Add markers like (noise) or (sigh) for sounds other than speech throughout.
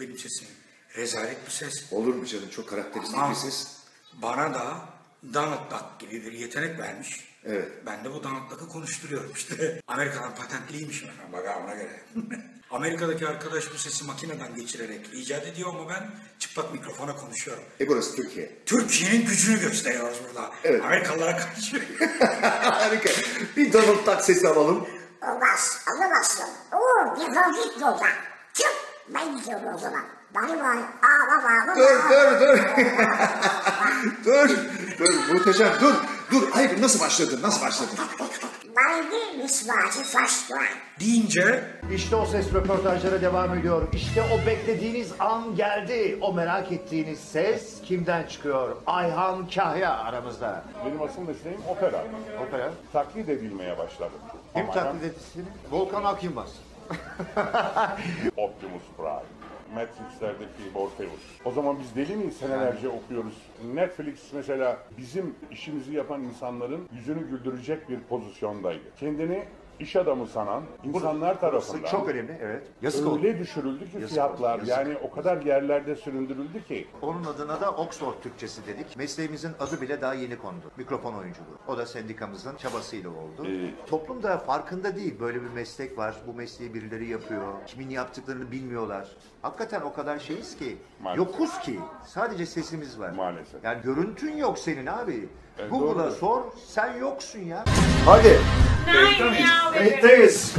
bir sesim. Rezalet bir ses. Olur mu canım çok karakteristik Ama bir ses. Bana da danıtlak gibi bir yetenek vermiş. Evet. Ben de bu danıtlakı konuşturuyorum işte. (laughs) Amerika'dan patentliymişim efendim. Bak ha, ona göre. (laughs) Amerika'daki arkadaş bu sesi makineden geçirerek icat ediyor ama ben çıplak mikrofona konuşuyorum. E burası Türkiye. (laughs) Türkiye'nin gücünü gösteriyoruz burada. Evet. Amerikalılara karşı. Harika. Bir Donald Duck sesi alalım. Olmaz, alamazsın. Oo, bir hafif yola. Çık, ben gidiyorum o zaman. Bay bay, ağla bağla. Dur dur (laughs) dur. dur. Dur muhteşem dur. Dur hayır nasıl başladın nasıl başladın? Baygı misvacı faştuan. Deyince İşte o ses röportajlara devam ediyor. İşte o beklediğiniz an geldi. O merak ettiğiniz ses kimden çıkıyor? Ayhan Kahya aramızda. Benim asıl mesleğim opera. Opera. Taklit edilmeye başladı. Kim Ama taklit etsin? Volkan Akyılmaz. ben Optimus Prime. Matrix'lerdeki Morpheus. O zaman biz deli miyiz senelerce okuyoruz. Netflix mesela bizim işimizi yapan insanların yüzünü güldürecek bir pozisyondaydı. Kendini iş adamı sanan insanlar tarafından Çok önemli evet. Yazık oldu. öyle düşürüldü ki Yazık fiyatlar oldu, yazık. yani o kadar yerlerde süründürüldü ki Onun adına da Oxford Türkçesi dedik. Mesleğimizin adı bile daha yeni kondu. Mikrofon oyunculuğu. O da sendikamızın çabasıyla oldu. Ee, Toplum da farkında değil. Böyle bir meslek var. Bu mesleği birileri yapıyor. Kimin yaptıklarını bilmiyorlar. Hakikaten o kadar şeyiz ki. Maalesef. Yokuz ki. Sadece sesimiz var. Maalesef. Yani görüntün yok senin abi. E, Google'a doğru. sor. Sen yoksun ya. Hadi. Renkteyiz.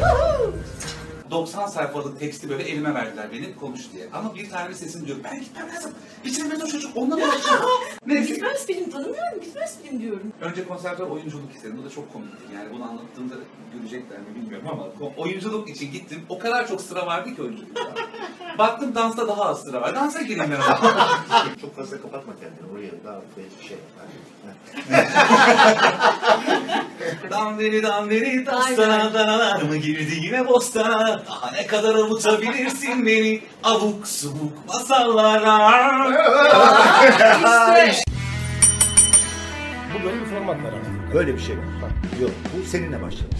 90 sayfalık teksti böyle elime verdiler beni konuş diye. Ama bir tane sesini diyor ben gitmem lazım. İçerimde o çocuk onunla mı uğraşıyor? Neyse. Gitmez film tanımıyorum, gitmez film diyorum. Önce konserde oyunculuk istedim. Bu da çok komikti. Yani bunu anlattığımda gülecekler mi bilmiyorum ama ko- oyunculuk için gittim. O kadar çok sıra vardı ki (laughs) oyunculukta. Baktım dansta daha az sıra var. Dansa gireyim ben o zaman. (laughs) Çok fazla kapatma kendini oraya daha belki şey. Yani, (laughs) Dandiri dandiri dastana danana mı girdi yine bostana? Daha ne kadar (laughs) avutabilirsin beni abuk subuk masallara? Böyle bir şey var. Bak, Yok bu seninle başladı.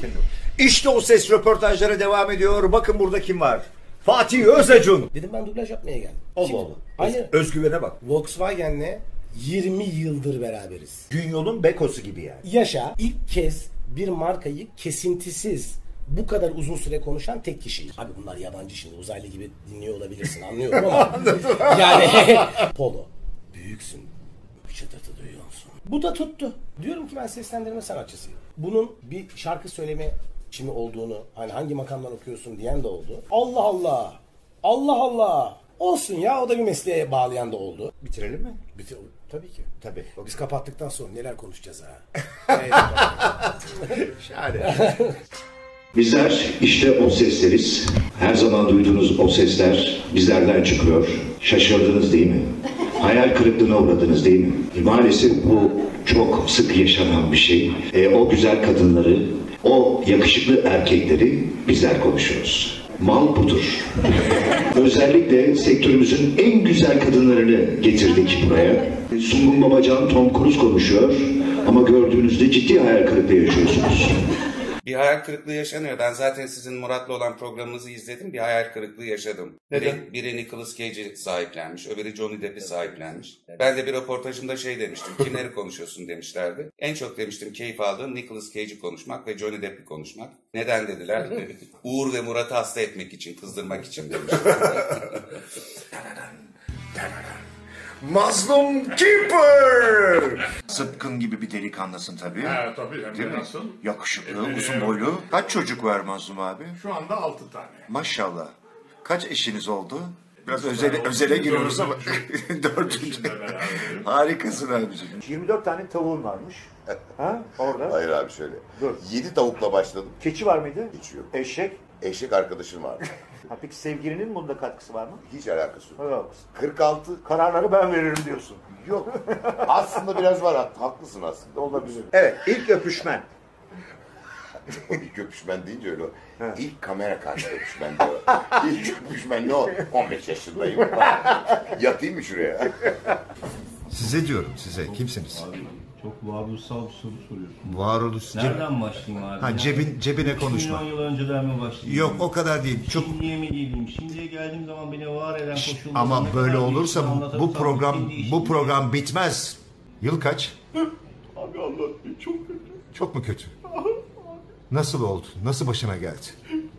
Seninle. İşte o ses röportajlara devam ediyor. Bakın burada kim var? Fatih Özacun. Dedim ben dublaj yapmaya geldim. Allah Şimdi- Allah. Hayır. Özgüvene bak. Volkswagen'le 20 yıldır beraberiz. Dünyolun bekosu gibi yani. Yaşa ilk kez bir markayı kesintisiz bu kadar uzun süre konuşan tek kişiyim. Abi bunlar yabancı şimdi uzaylı gibi dinliyor olabilirsin anlıyorum (laughs) ama. yani (laughs) Polo büyüksün. Bir çıtırtı duyuyor musun? Bu da tuttu. Diyorum ki ben seslendirme sanatçısıyım. Bunun bir şarkı söyleme biçimi olduğunu hani hangi makamdan okuyorsun diyen de oldu. Allah Allah. Allah Allah. Olsun ya o da bir mesleğe bağlayan da oldu. Bitirelim mi? Bitir- tabii ki. Tabii. Biz kapattıktan sonra neler konuşacağız ha? Bizler işte o sesleriz. Her zaman duyduğunuz o sesler bizlerden çıkıyor. Şaşırdınız değil mi? Hayal kırıklığına uğradınız değil mi? E, Maalesef bu çok sık yaşanan bir şey. E, o güzel kadınları, o yakışıklı erkekleri bizler konuşuyoruz. Mal budur. Özellikle sektörümüzün en güzel kadınlarını getirdik buraya. E, Sungun Babacan Tom Cruise konuşuyor ama gördüğünüzde ciddi hayal kırıklığı yaşıyorsunuz. Bir hayal kırıklığı yaşanıyor. Ben zaten sizin Murat'la olan programınızı izledim. Bir hayal kırıklığı yaşadım. Biri, biri Nicolas Cage'i sahiplenmiş, öbürü Johnny Depp'i sahiplenmiş. Ben de bir röportajımda şey demiştim. Kimleri konuşuyorsun demişlerdi. En çok demiştim keyif aldığım Nicolas Cage'i konuşmak ve Johnny Depp'i konuşmak. Neden dediler? Uğur ve Murat'ı hasta etmek için, kızdırmak için demiştim. Mazlum Keeper. Sıpkın gibi bir delikanlısın tabii. Ha, tabii, hem de Değil mi? nasıl? Yakışıklı, Ee, uzun boylu. Kaç çocuk var Mazlum abi? şu anda 6 tane. Maşallah. Kaç eşiniz oldu? Biraz Ben özele, oldu, özele giriyoruz ama (laughs) dördüncü. Eşimle beraberim. Harikasın abicim. 24 tane tavuğun varmış. ha? Orada. Hayır abi şöyle. Dur. 7 tavukla başladım. Keçi var mıydı? Hiç yok. Eşek. Eşek arkadaşım vardı. Ha, peki sevgilinin bunda katkısı var mı? Hiç alakası yok. Yok. 46 Kararları ben veririm diyorsun. yok. (laughs) aslında biraz var. ha- Haklısın aslında. Olabilir. Evet ilk öpüşmen. O ilk öpüşmen deyince öyle. o. İlk kamera karşı öpüşmen diyor. İlk öpüşmen ne o? 15 yaşındayım. Yatayım mı şuraya? Size diyorum size. Kimsiniz? Çok varoluşsal bir soru soruyorsun. Varoluş. Nereden başlayayım abi? Ha, cebin, cebine Üç konuşma. milyon yıl önceden mi başlayayım? Yok o kadar değil. Çok Şimdiye mi geleyim? Şimdiye geldiğim zaman beni var eden koşullar... ama ne böyle kadar olursa değiştiğini bu, bu anlatamam. program bu program bitmez. Yıl kaç? Abi anlatmayayım çok kötü. Çok mu kötü? Nasıl oldu? Nasıl başına geldi?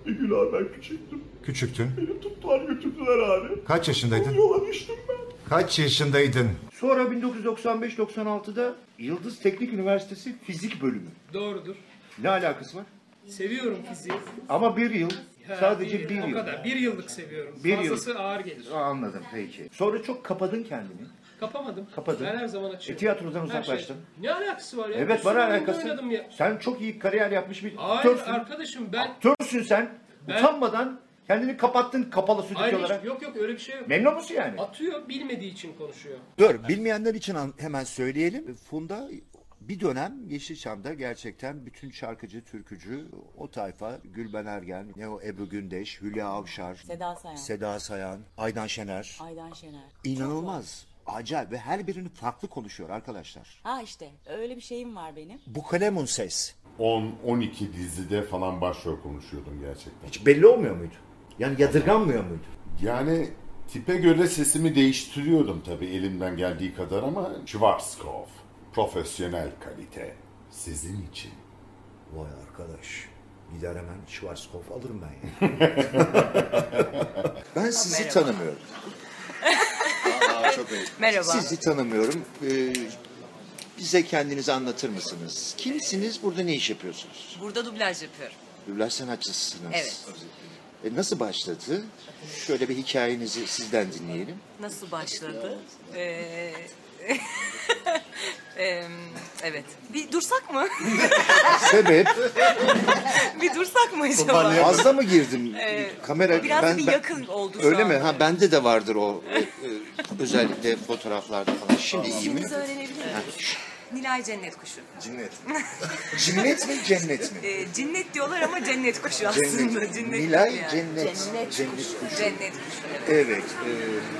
Bir gün abi ben küçüktüm. Küçüktün. Beni tuttular götürdüler abi. Kaç yaşındaydın? Yola düştüm ben. Kaç yaşındaydın? Sonra 1995-96'da Yıldız Teknik Üniversitesi Fizik Bölümü. Doğrudur. Ne alakası var? Seviyorum fiziği. Ama bir yıl. Ha, sadece bir, O yıl. kadar. Bir yıllık seviyorum. Bir yıl. Fazlası ağır gelir. Aa, Anladım peki. Sonra çok kapadın kendini. Kapamadım. Kapadın. Ben her zaman açığım. E, tiyatrodan Her uzaklaştın. şey. Ne alakası var ya? evet Bir var sürü oyunda alakası. oynadım ya. Sen çok iyi kariyer yapmış bir Hayır aktörsün. arkadaşım ben... Aktörsün sen. Utanmadan kendini kapattın kapalı sütük Hayır, olarak. hiç- yok yok öyle bir şey yok. Memnun musun yani? Atıyor bilmediği için konuşuyor. Dur bilmeyenler için an- hemen söyleyelim. Funda bir dönem Yeşilçam'da gerçekten bütün şarkıcı, türkücü o tayfa Gülben Ergen, Neo Ebru Gündeş, Hülya Avşar, Seda Sayan. Seda Sayan, Aydan Şener. Aydan Şener. İnanılmaz. Acayip ve her birini farklı konuşuyor arkadaşlar. Ha işte öyle bir şeyim var benim. Bu kalemun ses. 10-12 dizide falan başrol konuşuyordum gerçekten. Hiç belli olmuyor muydu? Yani yadırganmıyor muydu? Yani tipe göre sesimi değiştiriyordum tabii elimden geldiği kadar ama Schwarzkopf, profesyonel kalite sizin için. Vay arkadaş. Gider hemen Schwarzkopf alırım ben (laughs) Ben sizi (laughs) tanımıyorum. Aa, çok ayıp. Merhaba. Sizi tanımıyorum. Ee, bize kendinizi anlatır mısınız? Kimsiniz? Burada ne iş yapıyorsunuz? Burada dublaj yapıyorum. Dublaj sanatçısısınız. Evet. E, nasıl başladı? Şöyle bir hikayenizi sizden dinleyelim. Nasıl başladı? Ee, (laughs) em, evet. Bir dursak mı? (laughs) Sebep? bir dursak mı acaba? Fazla mı girdim? Ee, Kamera biraz bir yakın oldu şu Öyle mi? anda. Ha bende de vardır o e, e, özellikle fotoğraflarda (laughs) falan. Şimdi iyi mi? İsminizi öğrenebilir miyim? Ha, Nilay Cennet Kuşu. Cinnet. Cinnet mi cennet mi? Ee, cinnet diyorlar ama cennet kuşu aslında. Cennet. Cennet. Nilay yani. cennet. Cennet, Cennet kuşu. kuşu. Cennet kuşu evet. Evet.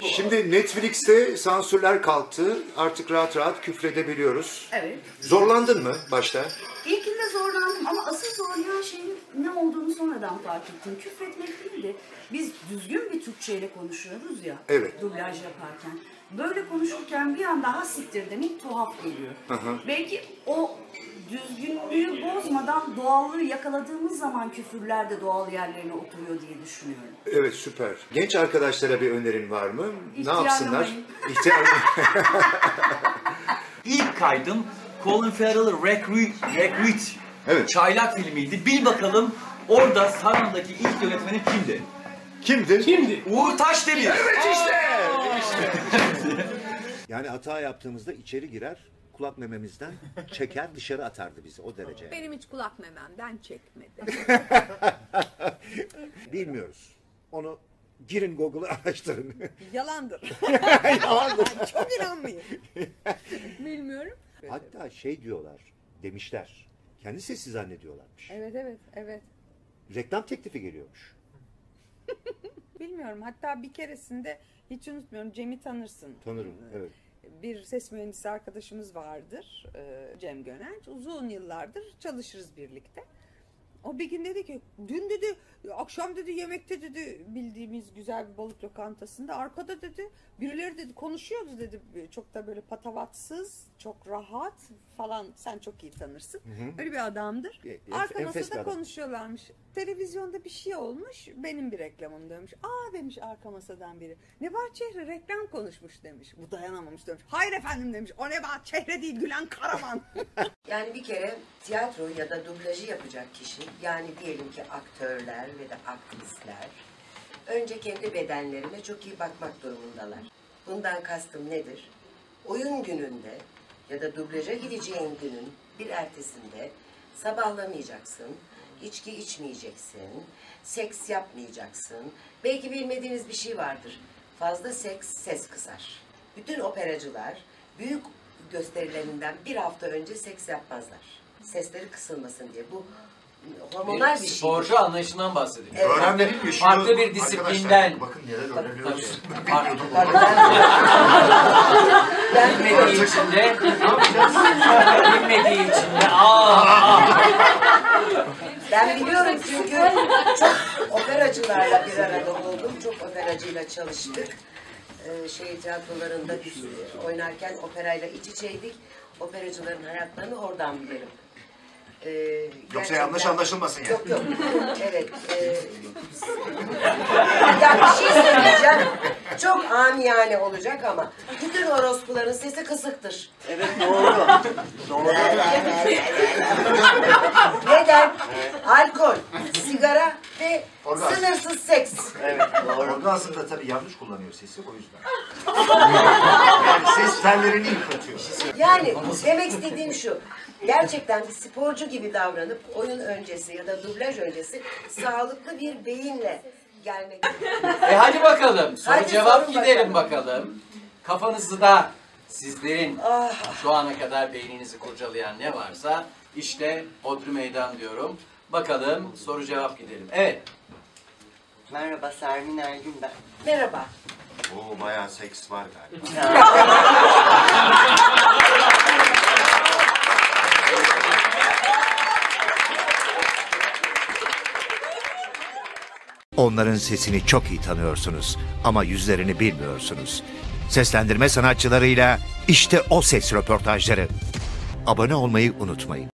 e, şimdi Netflix'te sansürler kalktı. Artık rahat rahat küfredebiliyoruz. Evet. Zorlandın mı başta? İlkinde zorlandım ama asıl zorlayan şeyin ne olduğunu sonradan fark ettim. Küfretmek değil de biz düzgün bir Türkçeyle konuşuyoruz ya. Evet. Dublaj yaparken. Böyle konuşurken bir anda ha siktir demek tuhaf geliyor. Belki o düzgünlüğü bozmadan doğallığı yakaladığımız zaman küfürler de doğal yerlerine oturuyor diye düşünüyorum. Evet süper. Genç arkadaşlara bir önerin var mı? Ne İhtiyarlamayın. yapsınlar? (laughs) İhtiyarlamayın. (laughs) İlk kaydım Colin Farrell'ın Recruit evet. çaylak filmiydi. Bil bakalım orada Saran'daki ilk yönetmenim kimdi? Kimdi? Kimdi? Uğur Taşdemir. işte. yani hata yaptığımızda içeri girer, kulak mememizden çeker dışarı atardı bizi o derece. Benim hiç kulak mememden çekmedi. Bilmiyoruz. Onu girin Google'a (laughs) araştırın. (laughs) Yalandır. Yalandır. Ben Çok inanmıyorum. (laughs) Bilmiyorum. Hatta şey diyorlar, demişler. Kendi sesi zannediyorlarmış. Evet evet evet. Reklam teklifi geliyormuş. Bilmiyorum. Hatta bir keresinde hiç unutmuyorum. Cem'i tanırsın. Tanırım, evet. Bir ses mühendisi arkadaşımız vardır. e, Cem Gönenç. Uzun yıllardır çalışırız birlikte. O bir gün dedi ki dün dedi akşam dedi yemekte dedi bildiğimiz güzel bir balık lokantasında arkada dedi birileri dedi konuşuyordu dedi çok da böyle patavatsız çok rahat falan sen çok iyi tanırsın. Hı hı. Öyle bir adamdır. Evet, enf- Arka enfes bir masada adam. konuşuyorlarmış. Televizyonda bir şey olmuş. Benim bir reklamım demiş. Aa demiş arka masadan biri. Nebahat Çehre reklam konuşmuş demiş. Bu dayanamamış demiş. Hayır efendim demiş. O Nebahat Çehre değil Gülen Karaman. Yani bir kere tiyatro ya da dublajı yapacak kişi, yani diyelim ki aktörler ve de aktristler, önce kendi bedenlerine çok iyi bakmak durumundalar. Bundan kastım nedir? Oyun gününde ya da dublaja gideceğin günün bir ertesinde sabahlamayacaksın, içki içmeyeceksin, seks yapmayacaksın. Belki bilmediğiniz bir şey vardır. Fazla seks ses kısar. Bütün operacılar büyük gösterilerinden bir hafta önce seks yapmazlar. Sesleri kısılmasın diye. Bu hormonal bir şey. Sporcu anlayışından bahsediyor. Evet. Öğrenmenin Farklı bir Arkadaşlar, disiplinden. Bakın neler öğreniyoruz. Farklı. Bilmediği için de bilmediği için de aa, aa. Ben biliyorum çünkü çok operacılarla bir arada oldum. Çok operacıyla çalıştık. Ee, şey tiyatrolarında biz e, oynarken operayla iç içeydik. Operacıların hayatlarını oradan bilirim. Ee, gerçekten- yanlış anlaşılmasın yani. Yok yok. evet. E... ya bir şey söyleyeceğim. Çok amiyane olacak ama bütün orospuların sesi kısıktır. Evet doğru. Doğru. Neden? Alkol, sigara ve Orgazm. sınırsız seks. Evet, orada aslında tabii yanlış kullanıyor sesi o yüzden. (laughs) yani ses tellerini yıpratıyor. Yani demek istediğim şu. Gerçekten bir sporcu gibi davranıp oyun öncesi ya da dublaj öncesi sağlıklı bir beyinle gelmek. E hadi bakalım. Soru Hadi cevap sorun gidelim bakalım. Kafanızı da sizlerin Ah. şu ana kadar beyninizi kurcalayan ne varsa işte Odri Meydan diyorum. Bakalım soru cevap gidelim. Evet. Merhaba Sermin Ergün ben. Merhaba. Oo bayağı seks var galiba. Onların sesini çok iyi tanıyorsunuz ama yüzlerini bilmiyorsunuz. Seslendirme sanatçılarıyla işte o ses röportajları. Abone olmayı unutmayın.